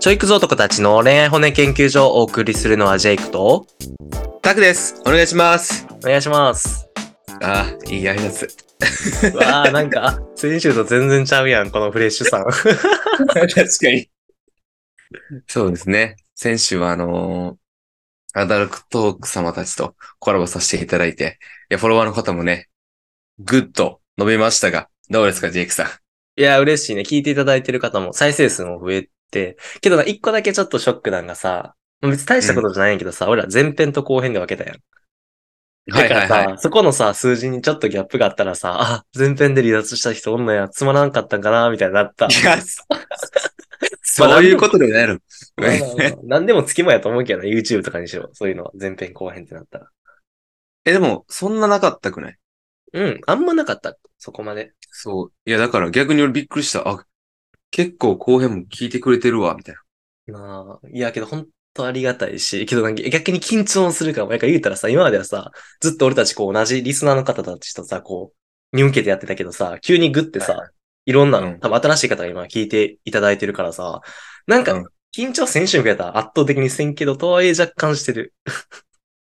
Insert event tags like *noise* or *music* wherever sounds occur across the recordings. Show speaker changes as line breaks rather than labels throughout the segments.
ちょいくぞ男たちの恋愛骨研究所をお送りするのはジェイクと、
タクです。お願いします。
お願いします。
*laughs* あー、いい挨拶。
わあ、なんか、先週と全然ちゃうやん、このフレッシュ
*laughs*
さん。
*laughs* 確かに。そうですね。先週はあのーアダルクトーク様たちとコラボさせていただいて、いや、フォロワーの方もね、ぐっと伸びましたが、どうですか、ジェイクさん。
いや、嬉しいね。聞いていただいてる方も再生数も増えて。けどな、一個だけちょっとショックなんがさ、別に大したことじゃないんやけどさ、俺ら前編と後編で分けたやん。だからさ、そこのさ、数字にちょっとギャップがあったらさ、あ、前編で離脱した人おんのや、つまらんかったんかな、みたいになった。
いや、そういうことでもないの。
まあまあまあ何でもつきもやと思うけどな、YouTube とかにしろ。そういうのは前編後編ってなったら。
え、でも、そんななかったくない
うん、あんまなかった。そこまで。
そう。いや、だから逆に俺びっくりした。あ、結構後編も聞いてくれてるわ、みたいな。
なあ、いや、けど本当ありがたいし、けどなんか逆に緊張するかも。なんか言うたらさ、今まではさ、ずっと俺たちこう同じリスナーの方たちとさ、こう、に向けてやってたけどさ、急にグって
は
さ、いろんな
う
の、
ん
多分新しい方が今聞いていただいてるからさ、なん
う
か
ん、
緊張選手に比べたら圧倒的にせんけど、とはいえ若干してる。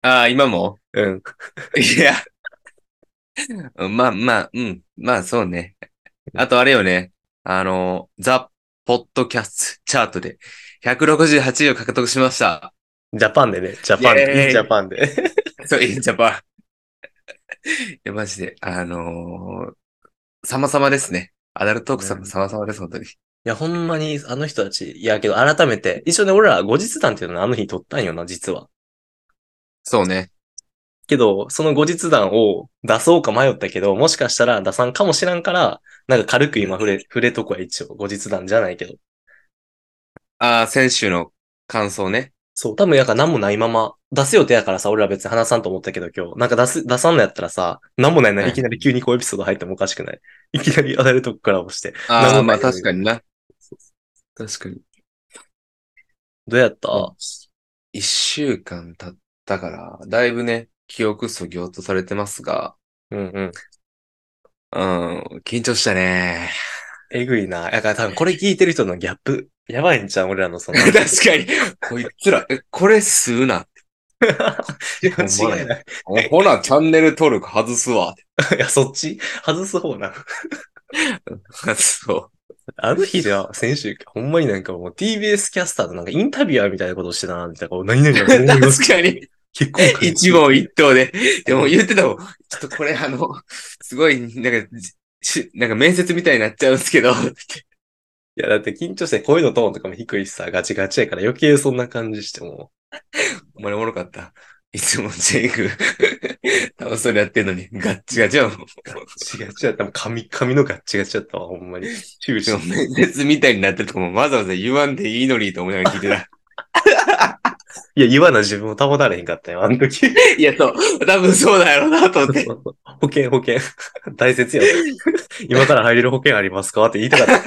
ああ、今も
うん。
いや。まあまあ、うん。まあそうね。あとあれよね。あの、ザ・ポッドキャストチャートで168位を獲得しました。
ジャパンでね、ジャパン
イエーイ
で、ジャパンで。 *laughs*
そう、インジャパン。いや、マジで、あのー、様々ですね。アダルトークさんも様々です、本当に。
いや、ほんまに、あの人たち、いや、けど改めて、一緒ね、俺ら後日談っていうのをあの日撮ったんよな、実は。
そうね。
けど、その後日談を出そうか迷ったけど、もしかしたら出さんかもしらんから、なんか軽く今触れ、触れとこは一応、後日談じゃないけど。
ああ、先週の感想ね。
そう、多分やから何もないまま、出す予定やからさ、俺ら別に話さんと思ったけど今日、なんか出す、出さんのやったらさ、何もないな、
うん
いきなり急にこうエピソード入ってもおかしくない。いきなりアダルトコラボして。
あ
な
あ、
んも
ま
な
あ
いよね
確かにな。確かに。
どうやった、
一週間経ったから、だいぶね、記憶そぎ落とされてますが、
うん、うんうん
うん、緊張したね。 *laughs*
えぐいな。やから多分これ聞いてる人のギャップ、やばいんちゃう俺らの *laughs* その。
確かに。こいつら、え、これ吸うな。
間違いない。
ほら、チャンネル登録外すわ。 *laughs*
いや、そっち外す方な。
そ
あの日じ
*laughs*
ゃ、先週、ほんまになんかもう TBS キャスターのなんかインタビュアーみたいなことしてたな、みたいな、こう、何々がこう
う。
思い
*laughs* 確
ます
かに。
結構感じ
一問一答で。でも言ってたもん。ちょっとこれあの、すごい、なんか、しなんか面接みたいになっちゃうんですけど。
いや、だって緊張して声のトーンとかも低いしさ、ガチガチやから余計そんな感じしても
お前おもろかった。いつもジェイク、楽しそうにやってんのに、ガッチガチやもん。
う、ガチガチやった。もう髪、髪のガッチガチやったわ、ほんまに。終始。
面接みたいになってるとこもわざわざ言わんでいいのにと思いながら聞いてた。
いや、言わな自分を保たれへんかったよ、あの
*laughs*
時。
*laughs* いや、そう、多分そうだろうなと思って。
保険、保険。 *laughs* 大切や。今から入れる保険ありますかって言いたかっ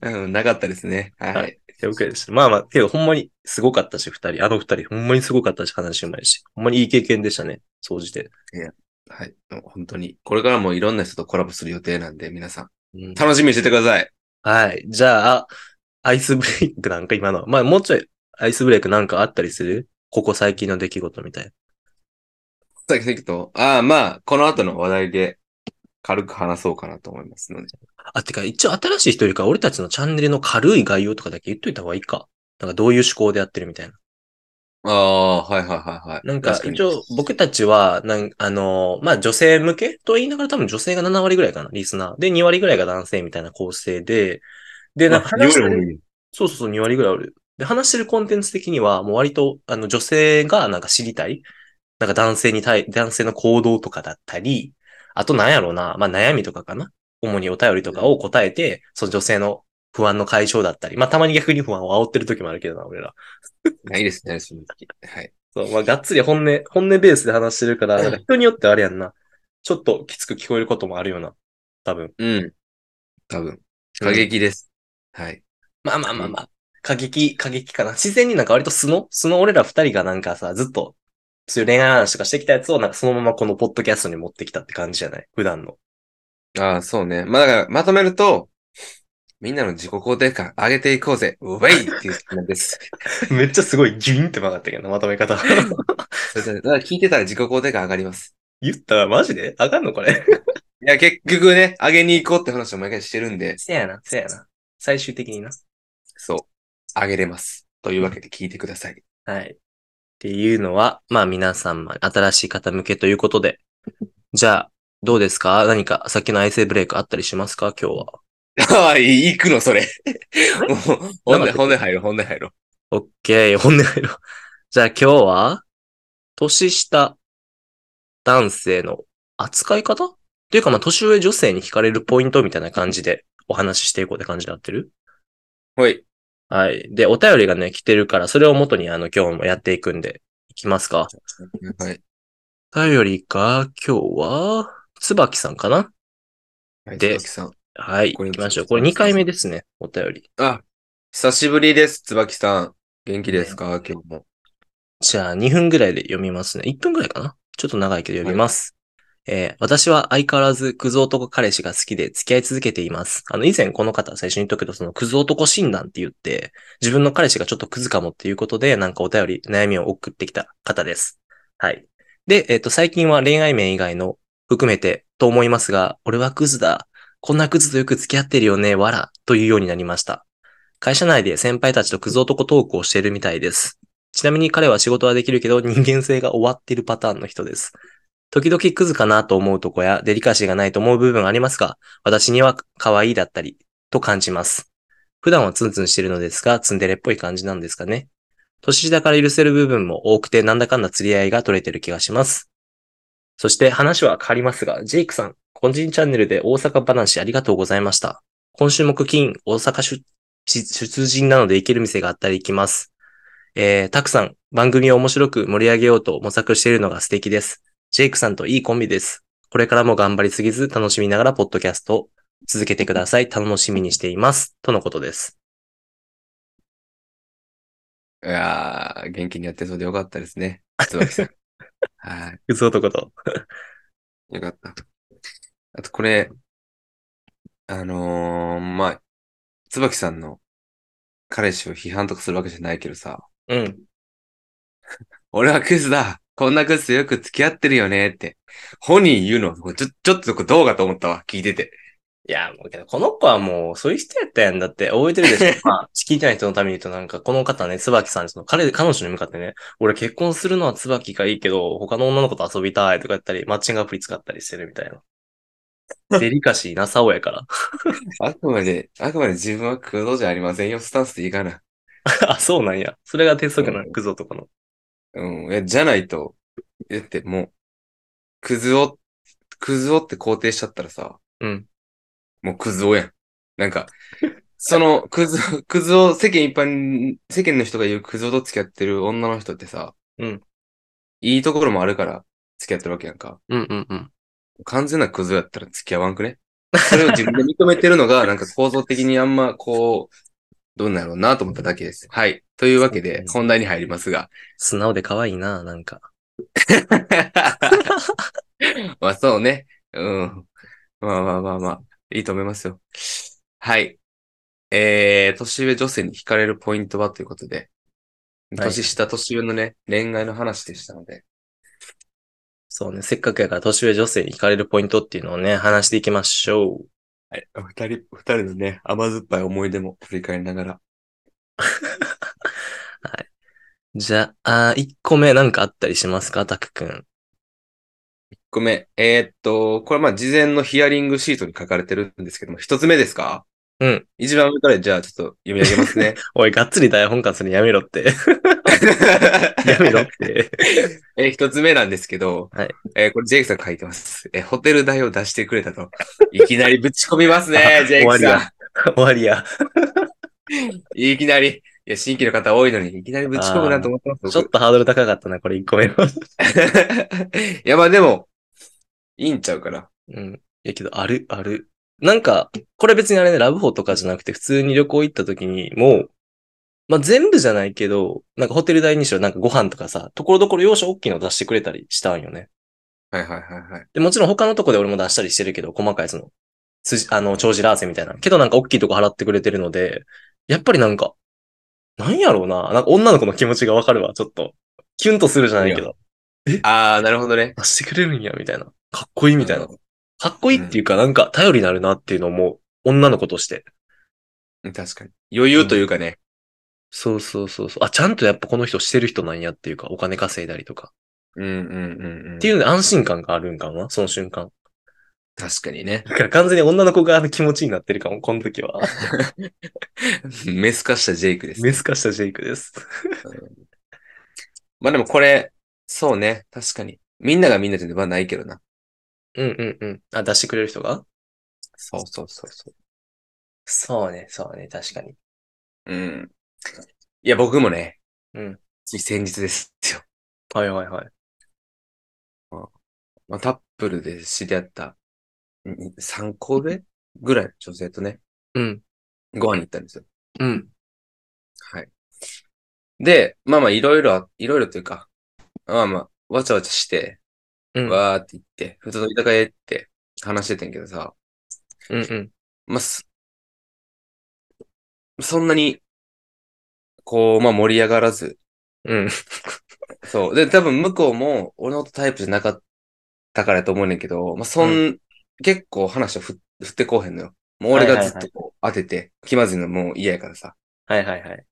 た。
*laughs* うん、なかったですね。は。
はい了解です。まあまあ、けどほんまにすごかったし、二人。あの二人、ほんまにすごかったし、話うまいし。ほんまにいい経験でしたね、総じて。
はい。本当に。これからもいろんな人とコラボする予定なんで、皆さん。
うん
楽しみにしててください。
はい。じゃあ、アイスブレイクなんか今の。まあ、もうちょいアイスブレイクなんかあったりするここ最近の出来事みたいな。
さっきさっきと、ああ、まあ、この後の話題で軽く話そうかなと思いますので。
あ、てか、一応新しい人よりか、俺たちのチャンネルの軽い概要とかだけ言っといた方がいいか。なんかどういう思考でやってるみたいな。
ああ、はいはいはいはい。
なんか
確、に
一応、僕たちは、なん、あのー、まあ、女性向けと言いながら多分女性が7割ぐらいかな、リスナー。で、2割ぐらいが男性みたいな構成で、で、なんか
まあ
話して
いろいろ
る
多い
そうそうそう、2割ぐらいある。で、話してるコンテンツ的には、もう割と、あの、女性がなんか知りたい。なんか男性に対、男性の行動とかだったり、あとなんやろうな、まあ悩みとかかな。主にお便りとかを答えて、その女性の不安の解消だったり、まあたまに逆に不安を煽ってる時もあるけどな、俺ら。
ないですね、その時。はい。
そう、まあがっつり本音、本音ベースで話してるから、なんか人によってあれやんな。ちょっときつく聞こえることもあるような。多分。
うん。多分。過激です。はい。
まあまあまあまあ。過激、過激かな。自然になんか割と素の、素の俺ら二人がなんかさ、ずっと、そういう恋愛話とかしてきたやつをなんかそのままこのポッドキャストに持ってきたって感じじゃない普段の。 *laughs*
ああ、そうね。まあ、だから、まとめると、みんなの自己肯定感上げていこうぜ、ウェイっていう質問です。 *laughs*
めっちゃすごいギュインって曲がったけどな、まとめ *laughs* 方。
それでだから聞いてたら自己肯定感上がります。
言ったらマジであかんのこれ。
いや、結局ね、上げに行こうって話を毎回してるんで、
せやな、せやな。最終的にな。
そう、上げれます。というわけで聞いてください。 *laughs*
はい。っていうのは、まあ皆様、新しい方向けということで。じゃあ、どうですか何か、さっきの愛性ブレイクあったりしますか今日は。
ああ、いい行くの、それ。 *laughs* もう本
なんだっけ
題、本題入ろう、本題入ろう。
オッケー、本音入ろう。じゃあ今日は、年下男性の扱い方っていうか、まあ、年上女性に惹かれるポイントみたいな感じでお話ししていこうって感じで合ってる
ほい。
はい。で、お便りがね、来てるから、それを元に、あの、今日もやっていくんで、いきますか。
はい。
お便りが、今日は、椿さんかな
はい、
で
椿さん。
はい。
こ
行
れ
きましょう。これ2回目ですね、お便り。
あ、久しぶりです、椿さん。元気ですか、今日も。
じゃあ、2分ぐらいで読みますね。1分ぐらいかなちょっと長いけど読みます。えー私は相変わらずクズ男彼氏が好きで付き合い続けています。あの、以前この方最初に言ったけど、そのクズ男診断って言って、自分の彼氏がちょっとクズかもっていうことで、なんかお便り、悩みを送ってきた方です。はい。で、えっ、と、最近は恋愛面以外の含めてと思いますが、俺はクズだ。こんなクズとよく付き合ってるよね、わら、というようになりました。会社内で先輩たちとクズ男トークをしているみたいです。ちなみに彼は仕事はできるけど人間性が終わっているパターンの人です。時々クズかなと思うとこやデリカシーがないと思う部分がありますが、私には可愛いだったりと感じます。普段はツンツンしてるのですが、ツンデレっぽい感じなんですかね。年下から許せる部分も多くてなんだかんだ釣り合いが取れてる気がします。そして話は変わりますが、ジェイクさん、個人チャンネルで大阪話ありがとうございました。今週木金、大阪出出陣なので行ける店があったり行きます。えーたくさん番組を面白く盛り上げようと模索しているのが素敵です。ジェイクさんといいコンビです。これからも頑張りすぎず楽しみながらポッドキャストを続けてください。楽しみにしています。とのことです。
いやー、元気にやってそうでよかったですね、椿 *laughs* さん。はい。
うず男と。
よかった。あとこれ、あのー、まあ、椿さんの彼氏を批判とかするわけじゃないけどさ、
うん。
俺はクズだこんなクズとよく付き合ってるよねって、本人言うの、これちょ、ちょっとこれどうかと思ったわ、聞いてて。
いや、もうけど、この子はもう、そういう人やったやんだって、覚えてるでしょまあ、聞いてない人のために言うと、なんか、この方ね、椿さん、その、彼、彼女に向かってね、俺結婚するのは椿がいいけど、他の女の子と遊びたいとか言ったり、マッチングアプリ使ったりしてるみたいな。デリカシーなさおやから。
あくまで、あくまで自分はクズじゃありませんよ、スタンスでいいかな。
*laughs* あ、そうなんや。それが鉄則なの、クズ男の。
うん、いや、じゃないと、だってもう、クズを、クズをって肯定しちゃったらさ、
うん。
もうクズ男やん。なんか、そのクズ、クズ男、世間一般、世間の人が言うクズ男と付き合ってる女の人ってさ、
うん。
いいところもあるから付き合ってるわけやんか。
うんうんうん。
完全なクズやったら付き合わんくねそれを自分で認めてるの *laughs* が、なんか構造的にあんまこう、どうなんやろうなと思っただけです。はい。というわけで、本題に入りますが。
素直で可愛いな、なんか。
*laughs* まあそうね。うん。まあまあまあまあ、いいと思いますよ。はい。えー、年上女性に惹かれるポイントはということで、
はい
年下、年上のね、恋愛の話でしたので、
そうね、せっかくやから年上女性に惹かれるポイントっていうのをね、話していきましょう。
はい、二人、二人のね、甘酸っぱい思い出も振り返りながら。
じゃあ、あ1個目なんかあったりしますかタクくん。
ごめん。えーっと、これまあ事前のヒアリングシートに書かれてるんですけども、一つ目ですか
うん。
一番上からじゃあちょっと読み上げます *laughs* ね。
おい、がっつり台本化するのやめろ *laughs* って。やめろって。
*laughs* えー一つ目なんですけど、
はい、
えーこれジェイクさん書いてます。えーホテル代を出してくれたと。いきなりぶち込みますね
*laughs*
ジェイ
終
ク
わり
さ
や終わりや。
ん。いきなり。いや、新規の方多いのに、いきなりぶち込むなと思ってます。
ちょっとハードル高かったな、これ1個目の。
僕 *laughs* いや、まあでも、いいんちゃうかな。
うん。いやけど、ある、ある。なんか、これ別にあれね、ラブホとかじゃなくて、普通に旅行行った時に、もう、まあ、全部じゃないけど、なんかホテル代にしろ、なんかご飯とかさ、ところどころ容赦大きいの出してくれたりしたんよね。
はいはいはいはい。
で、もちろん他のとこで俺も出したりしてるけど、細かいその、辻、あの、長寿ラーセみたいな。けどなんか大きいとこ払ってくれてるので、やっぱりなんか、なんやろうな。なんか女の子の気持ちがわかるわ、ちょっと。キュンとするじゃないけど、
ああ、なるほどね。
あしてくれるんや、みたいな。かっこいいみたいな。かっこいいっていうか、なんか頼りになるなっていうのも、女の子として。
うん。確かに。余裕というかね。
そうそうそうそう。あ、ちゃんとやっぱこの人してる人なんやっていうか、お金稼いだりとか。
うんうんうんうん。
っていうので安心感があるんかな、その瞬間。
確かにね。 *laughs*
だから完全に女の子側の気持ちになってるかも、この時 *laughs* は。
メス化したジェイクです。
メス化したジェイクです。
まあでもこれ、そうね。確かに。みんながみんなではないけどな。
うんうんうん。あ、出してくれる人が
そうそうそうそ
そうね、そうね、確かに。
う。うん。いや、僕もね。
うん。
つい先日ですよ。 *laughs*
はいはいはい。
まあ、タップルで知り合った、ん3個でぐらいの女性とね、
うん、
ご飯に行ったんですよ。
うん、
はい。で、まあまあ、いろいろあ、いろいろというか、まあまあ、わちゃわちゃして、
うん、
わーって行って、普通の居酒屋行って話しててんけどさ、
うん、うん。
まあ、すそんなに、こう、まあ盛り上がらず、
うん、
そう。で、多分向こうも俺のタイプじゃなかったからやと思うねんけど、まあ、そん、
う
結構話をふ振ってこうへんのよ。もう俺がず
はいは
っ
いは
とこう当てて、気まずいのもう嫌やからさ。 *laughs*
はいはいはい。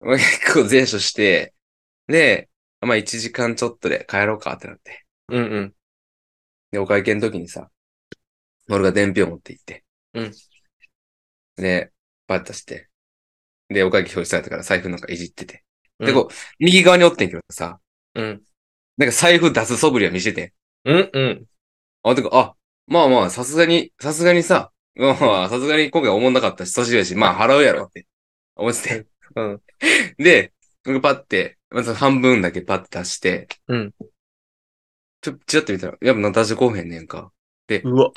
まあ結構前処して、で、まあ1時間ちょっとで帰ろうかってなって。
うん、うん、
で、お会計の時にさ、俺が伝票持って行って。
うん。
で、バッとして。で、お会計表示されたから財布なんかいじってて。
うん
で、こう、右側におってんけどさ、
うん、
なんか財布出す素振りは見せてん。
うん、うん。
あ、てか、あ、まあまあ、さすがに、さすがにさ、まあまあ、さすがに今回思んなかったし、年上やし、まあ払うやろって思って
うん、
て。で、僕パッて、まず半分だけパッて出して、
うん。
ちょ、ちらっと見たら、やっぱなんか出してこうへんねんか。
うわ、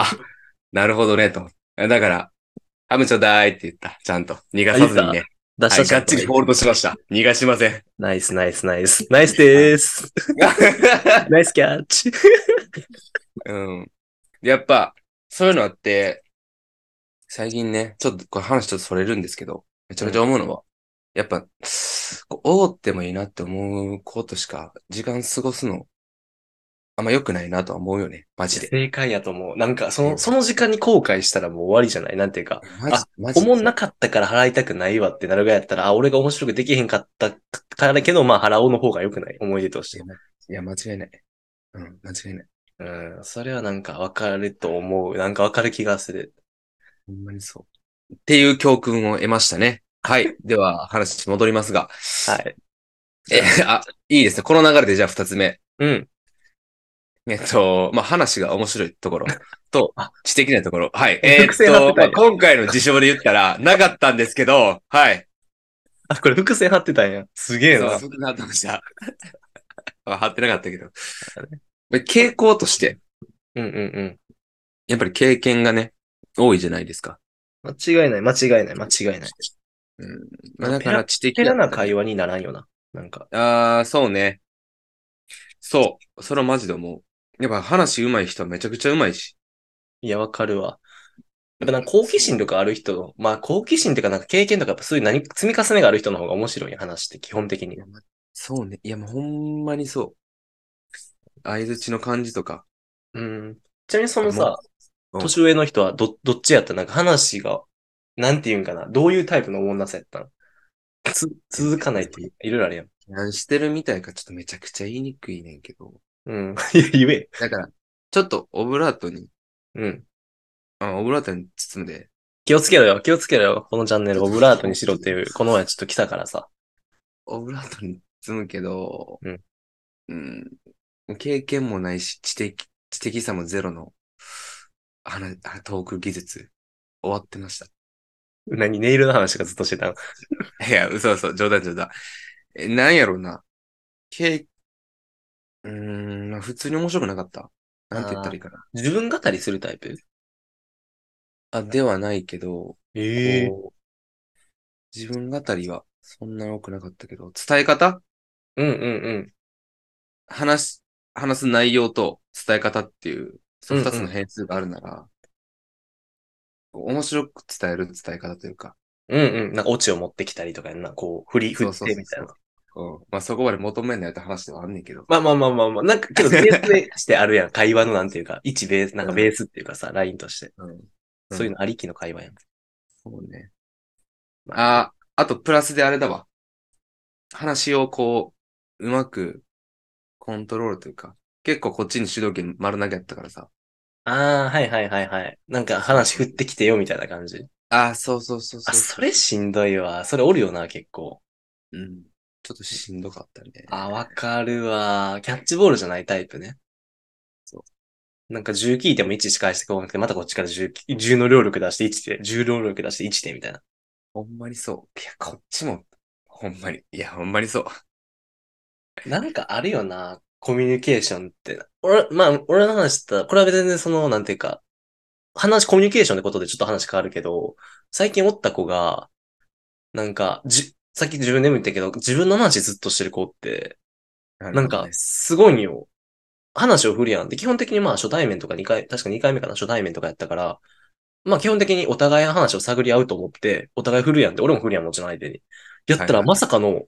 なるほどね、と。だから、ハムちょうだいって言った。ちゃんと。逃がさずにね。
出
はい、
した
がっちりホールドしました。逃がし
*laughs*
ません。
ナイスナイスナイス。ナイスでーす。ナイスキャッチ。
うん。でやっぱ、そういうのあって、最近ね、ちょっとこれ話ちょっとそれるんですけど、めちゃめちゃ思うのは、やっぱ、こう覆ってもいいなって思うことしか、時間過ごすの、あんま良くないなとは思うよね。マジで。
正解やと思う。なんか、その、その時間に後悔したらもう終わりじゃないなんていうか、
マジ、マジ
お
で。
もんなかったから払いたくないわってなるぐらいやったら、あ、俺が面白くできへんかったからだけど、まあ、払おうの方が良くない。思い出として。
いや、間違いない。うん、間違いない。
うん、それはなんかわかると思う。なんかわかる気がする。
ほんまにそう。っていう教訓を得ましたね。はい。では、話に戻りますが。
はい。
え、あ、いいですね。この流れでじゃあ二つ目。
うん。
えっと、まあ、話が面白いところ
*laughs*
と
あ、
知的なところ。はい。え
伏
っ
線張ってた
と、
ん
まあ、
や
今回の事象で言ったら、なかったんですけど、はい。
あ、これ伏線張ってたんや。すげえ
そう
な。
そうなってました。 *laughs* まあ貼ってなかったけど。傾向として、
うんうんうん。
やっぱり経験がね、多いじゃないですか。
間違いない、間違いない、間違いない。
まあ、だから知的
ペラな
会
会話にならんよな。なんか。
ああ、そうね。そう。それはマジで思う。やっぱ話上手い人はめちゃくちゃ上手いし。
いや、わかるわ。やっぱなんか好奇心とかある人、まあ好奇心っていうかなんか経験とかやっぱそういう何積み重ねがある人の方が面白い話って基本的に。
そうね。いや、もうほんまにそう。相づちの感じとか。
うん。ちなみにその
も
さ、
うん
年上の人はど、どっちやったなんか話が、なんていうんかな。どういうタイプの女さやったんつ、続かないっていういろいろあるやん。
何してるみたいか、ちょっとめちゃくちゃ言いにくいねんけど。
うん。 *laughs* いや、言え。
だから、ちょっとオブラートに、
うん。
あオブラートに包んで、
気をつけろよ、気をつけろよ。このチャンネルオブラートにしろっていう、この前ちょっと来たからさ。
オブラートに包むけど、
うん
うん。経験もないし、知的、知的さもゼロの、あの、あトーク技術、終わってました。
何、ネイルの話がずっとしてたの。
いや、嘘嘘、冗談冗談。え、なんやろうな。けうーん、まあ普通に面白くなかった。なんて言ったらいいかな。
自分語りするタイプ
あではないけど、
え
こう自分語りはそんな多くなかったけど、伝え方
うんうん
話す、話す内容と伝え方っていう、その
うんうん
二つの変数があるなら、面白く伝える伝え方というか、
うんうん。なんかオチを持ってきたりとかやんな。こう、振り、振
そう
っ
そうそう
てみたいな。
うん。まあそこまで求めないって話ではあんねんけど。
まあまあまあまあまあ。なんか、けど、ベースでしてある
*laughs*
やん。会話のなんていうか、一ベース、なんかベースっていうかさ、ラインとして。
うん。
そういうのありきの会話やん。
そうね。あ、あとプラスであれだわ。話をこう、うまくコントロールというか、結構こっちに主導権丸投げやったからさ。
ああ、はいはいはいはい。なんか話振ってきてよみたいな感じ。
あ、そうそうそう
あ、
そ
それしんどいわ。それおるよな、結構。
う。うん。ちょっとしんどかったね。
あ、わかるわ。キャッチボールじゃないタイプね。
そ
なんか10聞いても1しか返してこなくて、またこっちから10、10の労力出して1で、10労力出して1でみたいな。
ほんまにそう。いや、こっちも、ほんまに。いや、ほんまにそう。
なんかあるよな、コミュニケーションって。俺、まあ、俺の話だったら、これは全然その、なんていうか、話、コミュニケーションってことでちょっと話変わるけど、最近おった子が、なんか、じ、さっき自分でも言ったけど、自分の話ずっとしてる子って、
な
なんか、すごいんよ。話を振るやん。で、基本的にまあ、初対面とか2回、確か2回目かな、初対面とかやったから、まあ、基本的にお互いの話を探り合うと思って、お互い振るやんって、俺も振るやん、もちろん相手に。やった
はい
ら、
はい
まさかの、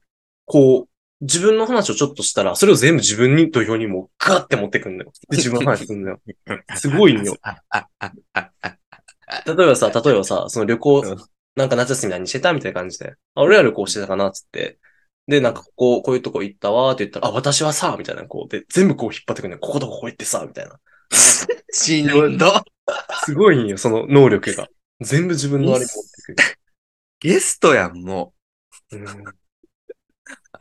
こう、自分の話をちょっとしたら、それを全部自分に土俵にもうガーって持ってくんのよ。で、自分の話すんの
*laughs*
よ。すごいんよ。例えば *laughs* さ、例えばさ、その旅行
うん、
なんか夏休み何してたみたいな感じで。あ、俺ら旅行してたかなつって。で、なんかここ、こういうとこ行ったわーって言ったら、あ、私はさ、みたいな、こう、で、全部こう引っ張ってくんのよ。こことここ行ってさ、みたいな。
しんど。
すごいんよ、その能力 *laughs* が。全部自分のあれに持ってくる。
ゲストやん、も *laughs*
うん
う。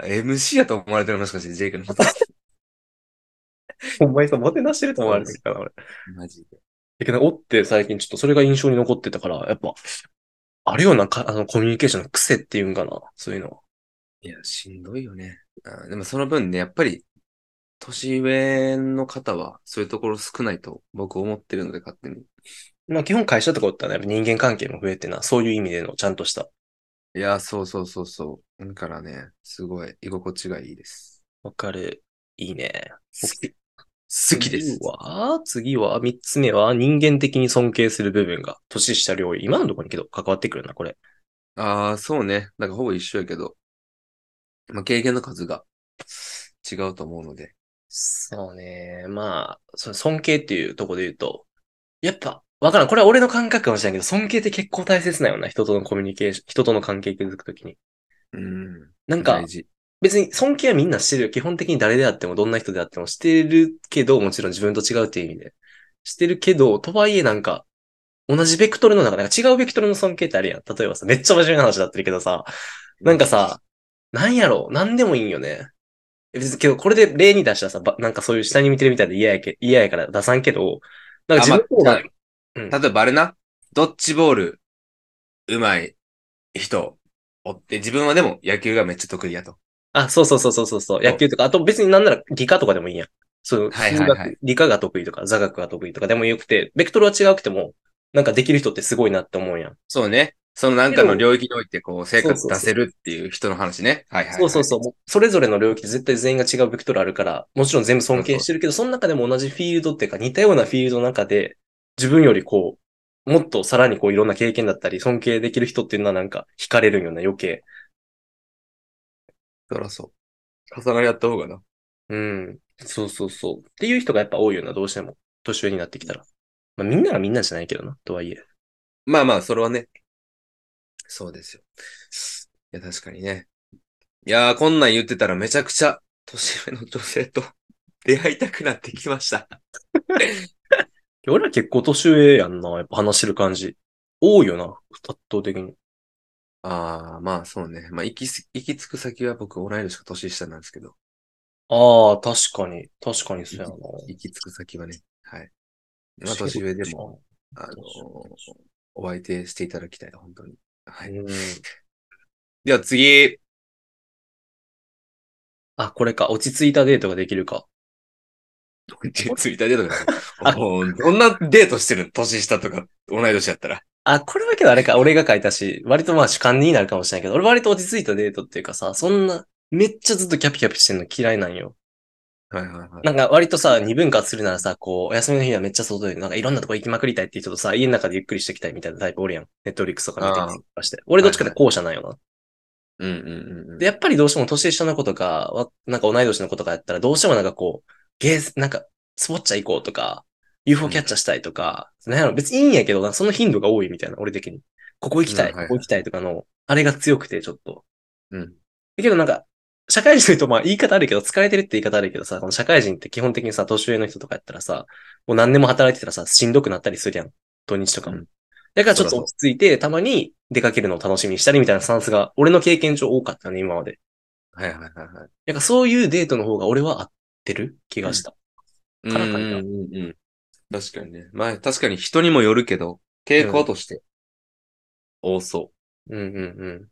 MC やと思われてるもしかして、ジェイクのこと。
*laughs* ほんまにさ、もてなしてると思われてるから、俺。
マジで。
だけど、おって最近ちょっとそれが印象に残ってたから、やっぱ、あるようなか、あの、コミュニケーションの癖っていうんかな、そういうのは。
いや、しんどいよね。あーでもその分ね、やっぱり、年上の方は、そういうところ少ないと僕思ってるので、勝手に。
まあ、基本会社とかおったら、やっぱ人間関係も増えてな、そういう意味でのちゃんとした。
いや、そうそうそうそう。だからね、すごい、居心地がいいです。
わかる。いいね。
好き。好きで
次。
す
は、次は、三つ目は、人間的に尊敬する部分が、年下領域。今のところにけど、関わってくるな、これ。
ああ、そうね。だからほぼ一緒やけど、まあ、経験の数が違うと思うので。
そうね。まあ、その尊敬っていうところで言うと、やっぱ、わからん。これは俺の感覚かもしれないけど、尊敬って結構大切なよな。人とのコミュニケーション、人との関係築くときに。
うん。
なんか
大、事。
別に尊敬はみんなしてるよ。基本的に誰であっても、どんな人であってもしてるけど、もちろん自分と違うっていう意味で。してるけど、とはいえなんか、同じベクトルの中、なんか違うベクトルの尊敬ってあるやん。例えばさ、めっちゃ真面目な話だってるけどさ、なんかさ、なんやろう、なんでもいいんよね。別にけど、これで例に出したらさ、ばなんかそういう下に見てるみたいで嫌やけ、嫌やから出さんけど、なんか自分の方
あ
が
まあ例えばあれな、ドッジボール、うまい人、おって、自分はでも野球がめっちゃ得意やと。
あ、そうそうそうそうそうそう、
そう
野球とか、あと別になんなら理科とかでもいいやん。そう、
はいはいはい
数学理科が得意とか、座学が得意とかでもよくて、ベクトルは違うくても、なんかできる人ってすごいなって思うやん。
そうね。そのなんかの領域において、こう、成果
そうそう
出
そう
せるっていう人の話ね。はいはい、はい。
そうそうそう。もうそれぞれの領域で絶対全員が違うベクトルあるから、もちろん全部尊敬してるけど、その中でも同じフィールドっていうか、似たようなフィールドの中で、自分よりこう、もっとさらにこういろんな経験だったり、尊敬できる人っていうのはなんか惹かれるんよね、余計。
そらそう。重なり合った方がな。
うん。そうそうそう。っていう人がやっぱ多いよな、どうしても。年上になってきたら。まあみんながみんなじゃないけどな、とはいえ。
まあまあ、それはね。そうですよ。いや、確かにね。いやー、こんなん言ってたらめちゃくちゃ年上の女性と *laughs* 出会いたくなってきました。
俺ら結構年上やんな、やっぱ話してる感じ。多いよな、圧倒的に。
ああ、まあそうね。まあ、行きす、行き着く先は僕同い年か年下なんですけど、
ああ、確かに。確かにそうやな。
行き着く先はね、はい。まあ、年上でも、。あのーお相手していただきたい、本当に。はい。
うん
では次。
あ、これか。落ち着いたデートができるか。
ツイッターデート *laughs* かなおーどんなデートしてるの年下とか、同い年やったら。
あ、これだけどあれか。俺が書いたし、割とまあ主観になるかもしれないけど、俺割と落ち着いたデートっていうかさ、そんな、めっちゃずっとキャピキャピしてんの嫌いなんよ。
はいはいはい。
なんか割とさ、二分割するならさ、こう、お休みの日はめっちゃ外で、なんかいろんなとこ行きまくりたいっていう人とさ、家の中でゆっくりしてきたいみたいなタイプおるやん。ネットフリックスとか見てたりとかして。俺どっちかって後者なんよな。
うんうんうんうん。
で、やっぱりどうしても年下の子とか、わなんか同い年の子とかやったら、どうしてもなんかこう、ゲース、なんか、スポッチャ行こうとか、UFO キャッチャーしたいとか、なんやろ、別にいいんやけど、なんかその頻度が多いみたいな、俺的に。ここ行きたい、
うんはいはい
ここ行きたいとかの、あれが強くて、ちょっと。
うん。
だけどなんか、社会人とまあ言い方あるけど、疲れてるって言い方あるけどさ、この社会人って基本的にさ、年上の人とかやったらさ、もう何年も働いてたらさ、しんどくなったりするやん。土日とかも。
うん
だからちょっと落ち着いて、たまに出かけるのを楽しみにしたりみたいなスタンスが、俺の経験上多かったね、今まで。
はいはいはいはい。
なんかそういうデートの方が俺は合ってる気がした。
う
からかいなん
うんうん。確かにね。まあ確かに人にもよるけど、傾向として多そ
うんうんう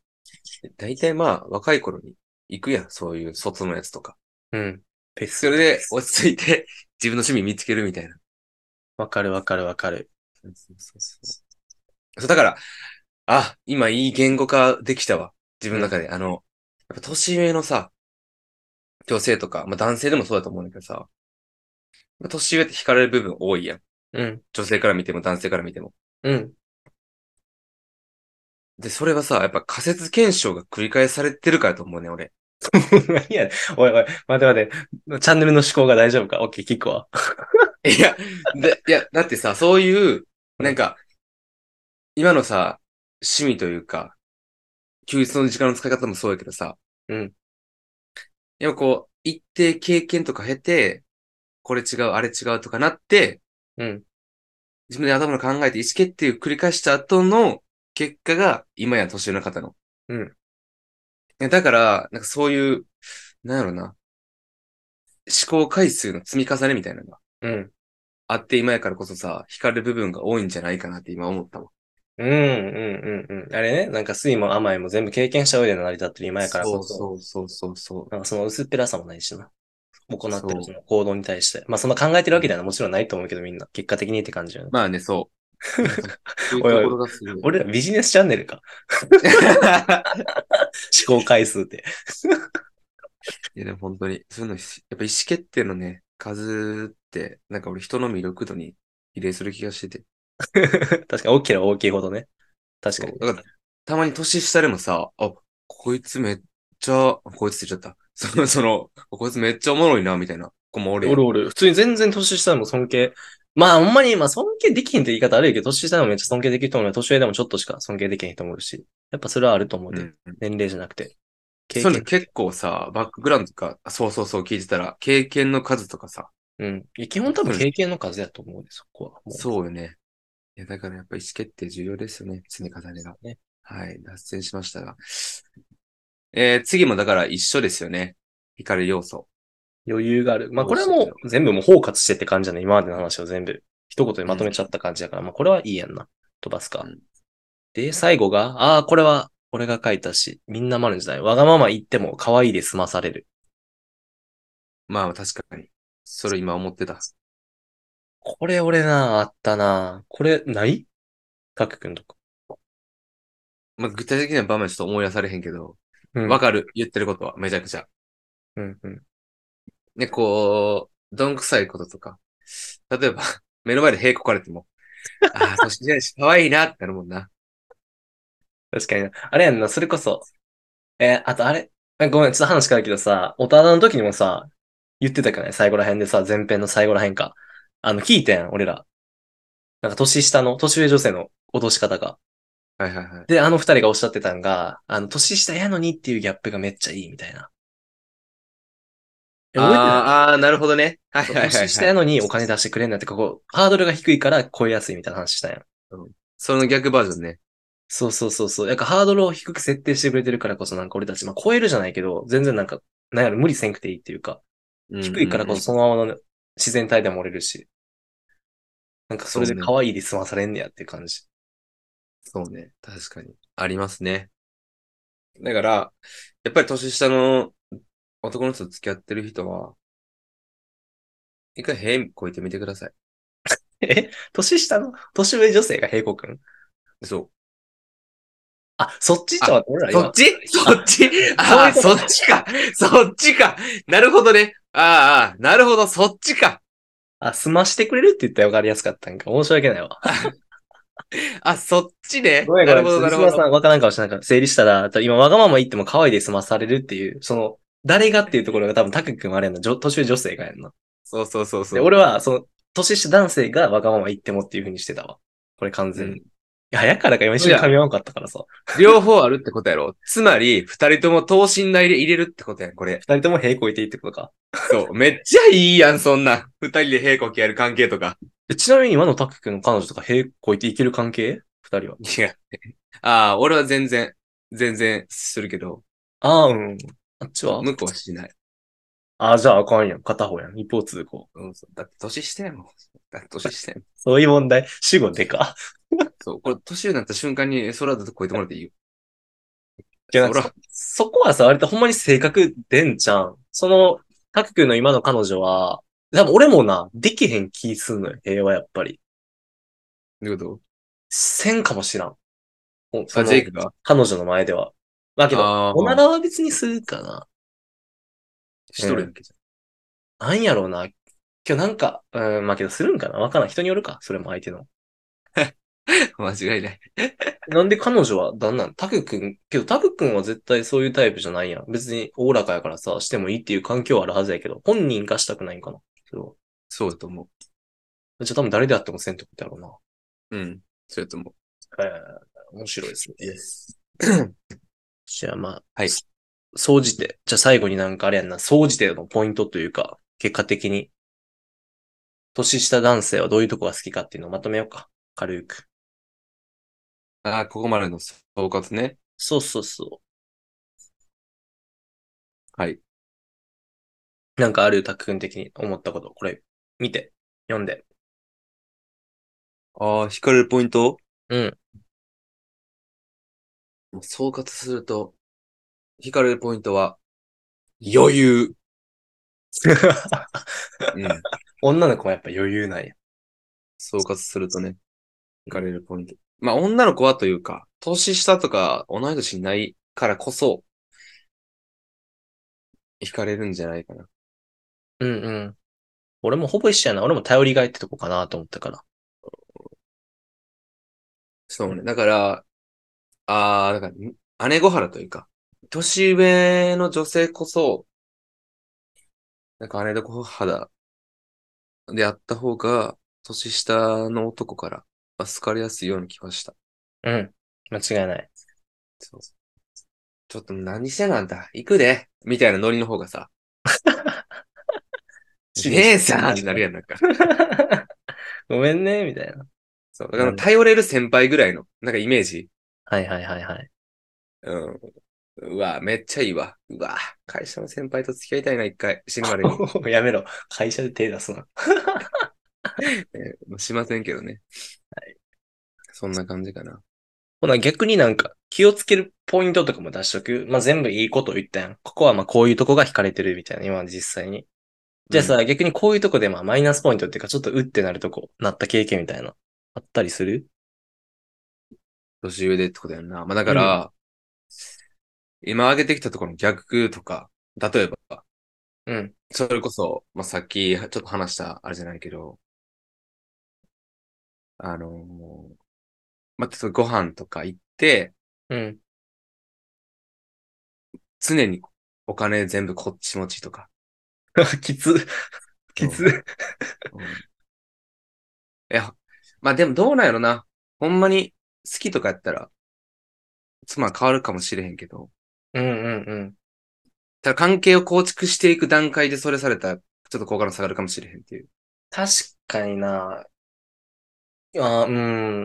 う。大体まあ若い頃に行くやん、そういう卒のやつとか。
ん。うん。ペ
そ
ス。
れで落ち着いて自分の趣味見つけるみたいな。
わかるわかるわかる。
そうだから、あ、今いい言語化できたわ。自分の中で。あの、やっぱ年上のさ、女性とか、まあ男性でもそうだと思うんだけどさ、まあ年上って惹かれる部分多いやん。
うん。
女性から見ても男性から見ても。
うん。 *laughs*
で、それがさ、やっぱ仮説検証が繰り返されてるからと思うね、俺。
何やねんおいおい、待て待て。チャンネルの思考が大丈夫かオッケー、聞くわ。
いや、でいや、だってさ、そういう、なんか、今のさ、趣味というか、休日の時間の使い方もそうやけどさ、
うん。
やっぱこう、一定経験とか経て、これ違う、あれ違うとかなって、
うん。
自分で頭の考えて意思決定を繰り返した後の結果が今や年上の方の。
うん
ん。だから、なんかそういう、なんやろな。思考回数の積み重ねみたいなのが
うん。
あって今やからこそさ、惹かれる部分が多いんじゃないかなって今思ったわ。
うん、うん、うん、うん。あれね、なんか酸いも甘いも全部経験した上で成り立ってる今やから
そ
こ
う
そ、
そうそうそうそう。
なんかその薄っぺらさもないしな。行って
そう
るその行動に対して。まあそんな考えてるわけではもちろんないと思うけどみんな、結果的にって感じよね。
まあね、そう。 *laughs* そういう
おいおい
ところがすごい。
俺らビジネスチャンネルか。 *laughs* 思考回数って。
いや、でも本当に、そういうのし、やっぱ意思決定のね、数って、なんか俺人の魅力度に比例する気がしてて。
確かに大きければ大きいほどね。確かに。
だから、たまに年下でもさ、あ、こいつめっちゃ、こいつって言っちゃった。その、その、こいつめっちゃおもろいな、みたいな子もおるやん
おるおる。普通に全然年下でも尊敬。まあ、ほんまに、まあ、尊敬できへんって言い方あるけど、年下でもめっちゃ尊敬できると思うよ年上でもちょっとしか尊敬できへんと思うし。やっぱそれはあると思う
う
で。
んうん
年齢じゃなくて。経
そういう
験
の。結構さ、バックグラウンドとか、あそうそうそう聞いてたら、経験の数とかさ、
うん。いや基本多分経験の数やと思うで、そこは。もう
そうよね。いや、だからやっぱ意思決定重要ですよね、積み重ねが。
ね
はい、脱線しましたが。えー、次もだから一緒ですよね。光る要素。
余裕がある。まあ、これはもう全部もう包括してって感じだね。今までの話を全部。一言でまとめちゃった感じだから、まあ、これはいいやんな。飛ばすか。
うん
で、最後が、ああ、これは俺が書いたし、みんなまるんじゃない。わがまま言っても可愛いで済まされる。
まあ、確かに。それ今思ってた。
これ俺な、あったな。これ、ないかくくんとか。
まあ、具体的な場面はちょっと思い出されへんけど、
うん
わかる。言ってることは、めちゃくちゃ。
うんうん。
ね、こう、どんくさいこととか。例えば、 *laughs* 目の前で屁こかれても、あ
*laughs*
あ、年じゃないし、可愛いなってなるもんな。
確かにな。あれやんな、それこそ。えーあとあれ。えごめん、ちょっと話変わるけどさ、おただの時にもさ、言ってたからね、最後ら辺でさ、前編の最後ら辺か。あの、聞いてん、俺ら。なんか、年下の、年上女性の脅し方が。
はいはいはい。
で、あの二人がおっしゃってたんが、あの、年下やのにっていうギャップがめっちゃいいみたいな。え覚えてない
あーあー、なるほどね。はいはいはい、は
年下や
い。
のにお金出してくれんなって、ここ、ハードルが低いから超えやすいみたいな話したんやん。
その逆バージョンね。
そうそうそうそう。なんかハードルを低く設定してくれてるからこそなんか俺たち、まあ超えるじゃないけど、全然なんか、なんやろ、無理せんくていいっていうか、低いからこそそのままの自然体でも折れるし。なんかそれで可愛いで済まされんねやっていう感じ。 *laughs*
うんうんうん。そうね。確かに。ありますね。だから、やっぱり年下の男の人と付き合ってる人は、一回屁こいてみてください。
え年下の、年上女性が平子くん
そ
あ、そっちとは俺ら
う。そ
今 *laughs*
っちそっちああ、
そうい
そっちか。そっちか。なるほどね。ああ、なるほど、そっちか。
あ、済ましてくれるって言ったら分かりやすかったんか。申し訳ないわ。
あ、そっちね。
*laughs* ごめんご
な
め
る
ん。
ほど、なるほ
リスナー
ど。
さん分からんかもしれないから、整理したら、多分今わがまま言っても可愛いで済まされるっていう、その、誰がっていうところが多分、たくくんはあれやんな。じょ年上女性がやんな。
そうそうそうそ
で、
う。
俺は、その、年下男性がわがまま言ってもっていう風にしてたわ。これ完全に。
うん
いや、早からか今一緒に噛み合わんかったからさ。
両方あるってことやろ。つまり、二人とも等身大で入れるってことやん、これ。
二人とも平行いていいってことか。
そう。めっちゃいいやん、そんなん。二人で平行期やる関係とか。
えちなみに今のたくくんの彼女とか平行いていける関係二人は。
いや。ああ、俺は全然、全然するけど、
ああ、うん。あっちは
向こうはしない。
ああ、じゃああかんやん。片方やん。一方通行。
うん、そうだって年下やもん。だって年下やもん。
そういう問題。死後でか。
そう。これ、年になった瞬間に、空だと超えてもらっていいよ。
いや、なん
そ
からそ、そこはさ、割とほんまに性格出んじゃん。その、タク君の今の彼女は、多分俺もな、できへん気すんのよ、平和やっぱり。
どういうこ
せんかもしらん。ほん
と
そ
あ、
の
ジェイクが
彼女の前では。だけど、
あー
おならは別にするかな。
一人だけじ
なんやろうな。今日なんか、うん、まあけどするんかなわからん。人によるか。それも相手の。
ゃん。間違いない。
なんで彼女は旦那、タク君、けどタク君は絶対そういうタイプじゃないやん。別におおらかやからさ、してもいいっていう環境はあるはずやけど、本人がしたくないんかな。それは。
そうだと思
じゃあ多分誰であってもせんってことやろう
う。うん。そうだと思う。
な。ええ面白いですね。
イエス。
じゃあまあ、
*clears throat* はい
そ。総じて、じゃあ最後になんかあれやんな、総じてのポイントというか、結果的に、年下男性はどういうとこが好きかっていうのをまとめようか。軽く。
ああ、ここまでの総括ね。
そうそうそ
はい。
う。なんかあるたくん的に思ったこと、これ、見て、読んで。 *laughs*
ああ、惹かれるポイント
うん。
もう総括すると、惹かれるポイントは、余裕。うん。
女の子もやっぱ余裕ないや。
総括するとね、惹かれるポイント。まあ、女の子はというか、年下とか同い年にないからこそ、惹かれるんじゃないかな。
うんうん。俺もほぼ一緒やな。俺も頼りがいってとこかなと思ったから。
そうね。だから、ああ、だから、姉御原というか、年上の女性こそ、なんか姉御原であった方が、年下の男から、まあ、好かれやすいような気がした。
うん。間違い *laughs* ない。
そう。ちょっと何してなんだ行くでみたいなノリの方が
*laughs*
さ、姉さんってなるやん、な
*laughs*
んか。
ごめんね、みたいな。
そう。だから頼れる先輩ぐらいの、なんかイメージ。
はいはいはいはい。
うん。うわ、めっちゃいいわ。うわ、会社の先輩と付き合いたいな、一回。死ぬ
*laughs*
までに。
やめろ。会社で手出すな。
えーしませんけどね。そんな感じかな。
ほな、逆になんか気をつけるポイントとかも出しとく。まあ、全部いいこと言ったやん。ここはまあこういうとこが惹かれてるみたいな、今実際に。じゃあさ、逆にこういうとこでまあマイナスポイントっていうか、ちょっとうってなるとこ、なった経験みたいな、あったりする
年上でってことやんな。まあだから、今挙げてきたところの逆とか、例えば、
うん。
それこそ、まあさっきちょっと話したあれじゃないけど、あのーまあ、ちょっとご飯とか行って、
うん。 *laughs*
常にお金全部こっち持ちとか。
きつ。きつ。
うん *laughs* いや、まあでもどうなんやろな。ほんまに好きとかやったら、妻変わるかもしれへんけど、
うんうんうん。
ただ関係を構築していく段階でそれされたら、ちょっと好感度下がるかもしれへんっていう。
確かにな。あーう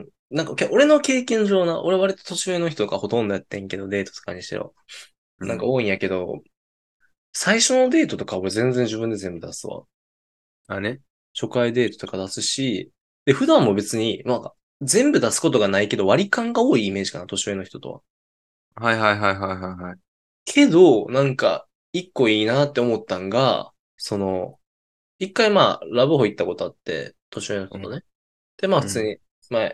ん。なんか、け俺の経験上な、俺割と年上の人がほとんどやってんけど、デートとかにしろ。なんか
う、
多いんやけど、最初のデートとか俺全然自分で全部出すわ。
あね。
初回デートとか出すし、で、普段も別に、なんか、全部出すことがないけど、割り勘が多いイメージかな、年上の人とは。
はいはいはいはいはいはい。
けど、なんか、一個いいなって思ったんが、その、一回まあ、ラブホ行ったことあって、年上の人とね。で、まあ
うん
普通に、まあ、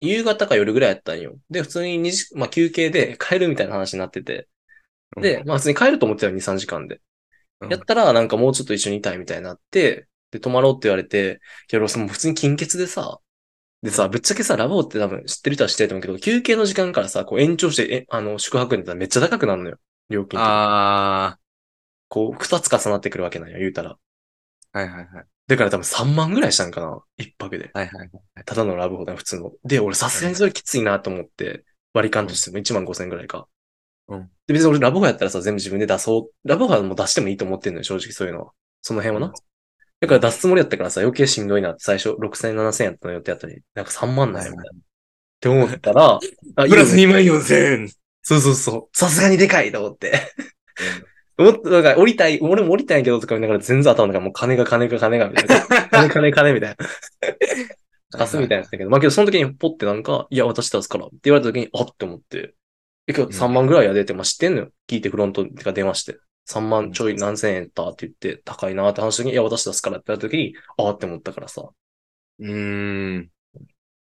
夕方か夜ぐらいやったんよ。で、普通に二時、まあ休憩で帰るみたいな話になってて。で、まあ普通に帰ると思ってたよ、2、3時間で。
うん
やったら、なんかもうちょっと一緒にいたいみたいになって、で、泊まろうって言われて、いや、俺その普通に金欠でさ、でさ、ぶっちゃけさ、ラボって多分知ってる人は知ってると思うけど、休憩の時間からさ、こう延長して、え、あの、宿泊にたらめっちゃ高くなるのよ。料金が。
あ
こう、二つ重なってくるわけなんよ、言うたら。
あ、はいはいはい。
だから多分3万ぐらいしたんかな一泊で。
はいはい。
ただのラブホだよ、普通の。で、俺さすがにそれきついなと思って、割り勘としても1万5千ぐらいか。
うん。
で、別に俺ラブホやったらさ、全部自分で出そう。ラブホはもう出してもいいと思ってんのよ、正直そういうのは。その辺は
うん
な。だから出すつもりやったからさ、余計しんどいなって最初6千7千やったの予定やったのに、なんか3万なんやみたいな。って思ったら、あ、いい
プ
よ
ラス2万4千
そうそうそう。さすがにでかいと思って。もっと、なんか降りたい、俺も降りたいけどとか見ながら全然頭の中もう金が金が金がみたいな。金金金みたいな。出すみたいなやつだけど、まあけどその時にポッてなんか、いや、私出すからって言われた時に、あって思って、え、今日3万ぐらいやでって、まあ、知ってんのよ。聞いてフロントが電話して、3万ちょい何千円だって言って、高いなって話した時に、いや、私出すからって言われた時に、あって思ったからさ。*laughs*
うーん。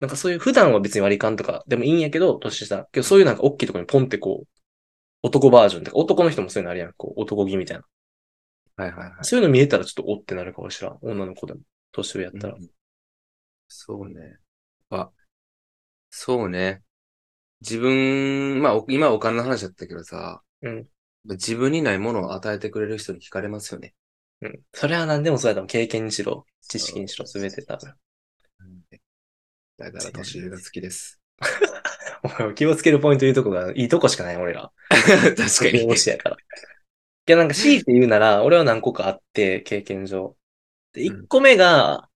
なんかそういう普段は別に割り勘とかでもいいんやけど、年下。けどそういうなんか大きいとこにポンってこう、男バージョンとか、男の人もそういうのあるやん。こう、男気みたいな。
はいはいはい。
そういうの見えたらちょっとおってなるかもしらん。女の子でも。年上やったら。
うんそうね。あ、そうね。自分、まあ、お今はお金の話だったけどさ、
うん
自分にないものを与えてくれる人に惹かれますよね。
うん。それは何でもそうやと思う。経験にしろ、知識にしろ、すべて多分。
だから年上が好き
*laughs*
です。
お前気をつけるポイントいうとこが、いいとこしかない、俺ら。
確かに。
教師やから。いや、なんか強いて言うなら、俺は何個かあって、経験上。で、
うん
1個目が、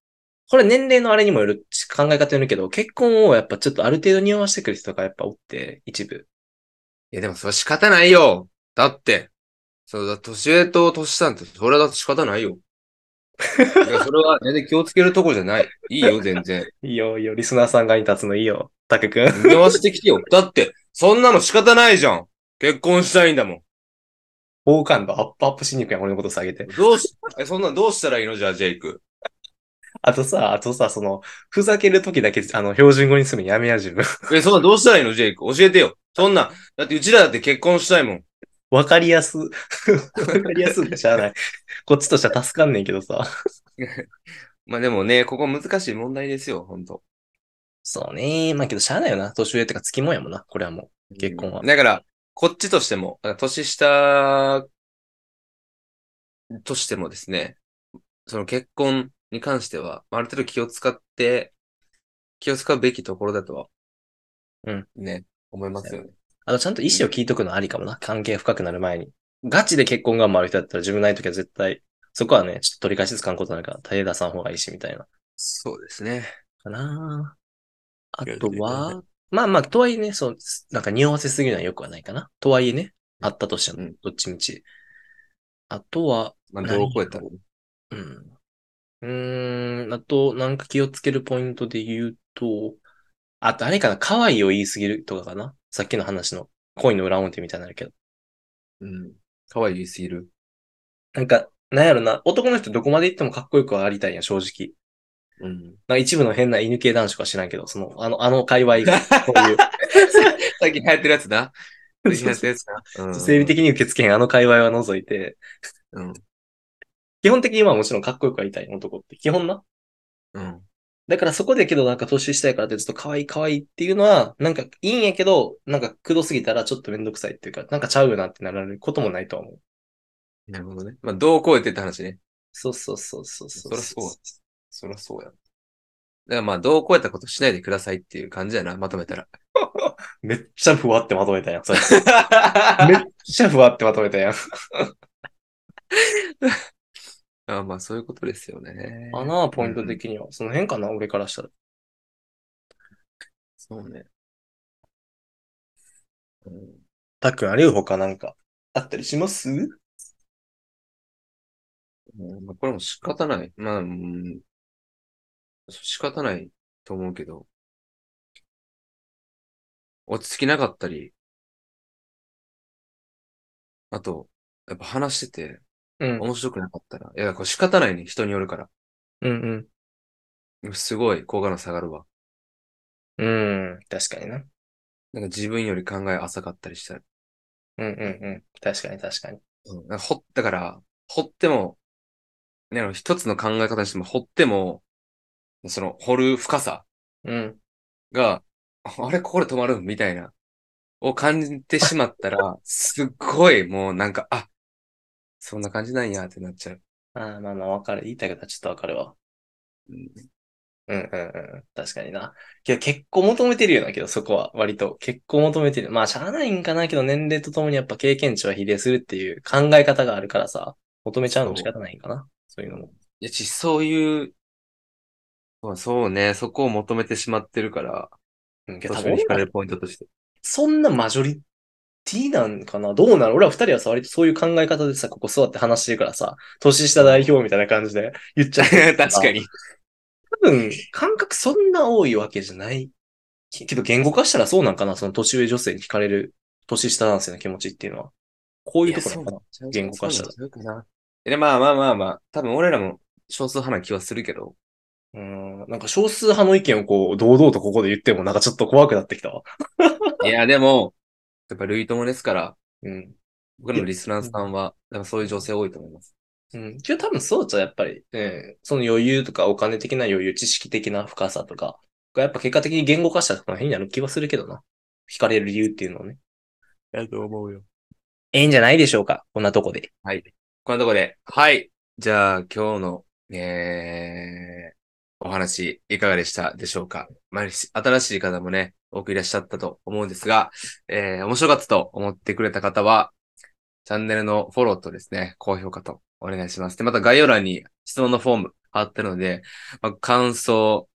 これ年齢のあれにもよるし、考え方によるけど、結婚をやっぱちょっとある程度匂わしてくる人がやっぱおって、一部。
いや、でもそれは仕方ないよ。だって、そうだ、年上と年下って、それはだって仕方ないよ。いや、それは全然気をつけるとこじゃない。いいよ、全然。
いいよ、いいよ、リスナーさんがに立つのいいよ、たけくん。
見わせてきてよ。だって、そんなの仕方ないじゃん。結婚したいんだもん。
好感度アップアップしに行くやん、俺のこと下げて。
どうし、え、そんなんどうしたらいいのじゃあ、ジェイク。
あとさ、あとさ、その、ふざけるときだけ、あの、標準語にするのやめや、自分。 *laughs*
え、そんなんどうしたらいいのジェイク。教えてよ。そんなん、だってうちらだって結婚したいもん。
わかりやす。 *laughs* わかりやすくしゃあない。こっちとしては助かんねんけどさ。
まあでもね、ここ難しい問題ですよ、ほんと。
そうね。まあけど、しゃあないよな。年上ってか、付きもんやもんな。これはもう。結婚は。
だから、こっちとしても、あ年下としてもですね、その結婚に関しては、ある程度気を使って、気を使うべきところだとは、
うん。
ね、思いますよね。
あと、ちゃんと意思を聞いとくのありかもな。関係深くなる前に。ガチで結婚願望ある人だったら、自分ない時は絶対、そこはね、ちょっと取り返しつかんことになるから、大変出さん方がいいし、みたいな。
そうですね。
かなあ
いや
と
いや
は、まあまあ、とはいえね、そう、なんか匂わせすぎるのは良くはないかな。とはいえね、あったとして
う
も
ん、
どっちみち。あとは、
まあ、どう超えたらね
うん。うーん、あと、なんか気をつけるポイントで言うと、あと、あれかな、可愛いを言いすぎるとかかな。さっきの話の恋の裏表みたいになるけど。
うん。かわいいすぎる。
なんか、なんやろな、男の人どこまで行ってもかっこよくはありたいやん、正直。
うん。
なんか一部の変な犬系男子は知らんけど、その、あの、あの界隈が、こう
*laughs*
いう。
最近流行ってるやつ *laughs* な。
そう
最近流行ってるやつな。うん
生理的に受け付けへん、あの界隈は除いて、
うん。
基本的にはもちろんかっこよくはいたい、男って。基本な。
うん。
だからそこでけどなんか年下やからってちょっと可愛い可愛いっていうのは、なんかいいんやけど、なんかくどすぎたらちょっとめんどくさいっていうか、なんかちゃうよなってなられることもないとは思う。
なるほどね。まあ、どう超えてって話ね。
そうそうそうそうそう。
そらそうや。そらそうや。だからまあ、どう超えたことしないでくださいっていう感じやな、まとめたら。
めっちゃふわってまとめたやん。そ
*laughs*
れめっちゃふわってまとめたやん。
あまあ、そういうことですよね。
かな、ポイント的には。その辺かな、俺からしたら。
そうね。うん
たっくん、あれよ、他なんか。あったりします
うんまあ、これも仕方ない。まあ、うん、仕方ないと思うけど、落ち着きなかったり、あと、やっぱ話してて
うん。
面白くなかったら、いや、これ仕方ないね、人によるから。
うん
すごい好感度下がるわ。
うん。うん。確かにな。
なんか自分より考え浅かったりしたら。
うんうんうん。確かに確かに。
うん、なんかほ、だから、掘っても、なんやろ一つの考え方にしても掘っても、その掘る深さ
うん。
が、あれ、ここで止まるみたいな、を感じてしまった *laughs* ら、すっごいもうなんか、あ、そんな感じなんやってなっちゃう。
ああ、まあまあ、わかる。言いたいことはちょっとわかるわ。
うん
うんうんうん。確かにな。けど結構求めてるよな、けどそこは。割と。結構求めてる。まあ、しゃあないんかな、けど年齢とともにやっぱ経験値は比例するっていう考え方があるからさ、求めちゃうのも仕方ないんかな。そういうのも。
いや、ち、そういう、まあそうね、そこを求めてしまってるから、
うん、けど多
確か
分
に惹かれるポイントとして。
そんなマジョリティなんかなどうなの俺ら二人はさ、割とそういう考え方でさ、ここ座って話してるからさ、年下代表みたいな感じで言っ
*laughs*
ちゃう。
確かに。
多分、感覚そんな多いわけじゃない。けけど言語化したらそうなんかなその年上女性に惹かれる年下男性の気持ちっていうのは。こういうところなのかな言語化したら
そうなんちゃうかな。で、まあまあまあまあ、多分俺らも少数派な気はするけど、
うーん、なんか少数派の意見をこう、堂々とここで言ってもなんかちょっと怖くなってきたわ。
い *laughs* や、でも、やっぱ類友ですから、
うん。
僕らのリスナーさんは、やっぱそういう女性多いと思います。
うん。けど多分そうじゃやっぱり、うん。その余裕とかお金的な余裕、知識的な深さとか、がやっぱ結果的に言語化したらこの辺になる気はするけどな。惹かれる理由っていうのをね。
やと思うよ。
ええんじゃないでしょうかこんなとこで。
こんなとこで、はい。じゃあ、今日の、えー、お話、いかがでしたでしょうか。まあ、し新しい方もね、多くいらっしゃったと思うんですが、えー、面白かったと思ってくれた方は、チャンネルのフォローとですね、高評価とお願いします。で、また概要欄に質問のフォーム貼ってるので、まあ、感想、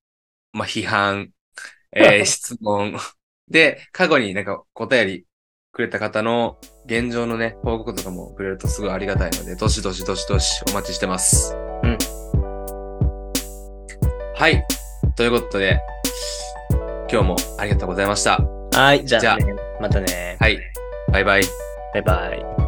まあ、批判、えー、質問。で、過去になんかお便りくれた方の現状のね、報告とかもくれるとすごいありがたいので、どしどしどしどしお待ちしてます。
うん。
はい。ということで、今日もありがとうございました。
はい。じゃあ、
じゃあ
ねまたね。
はい。バイバイ。
バイバイ。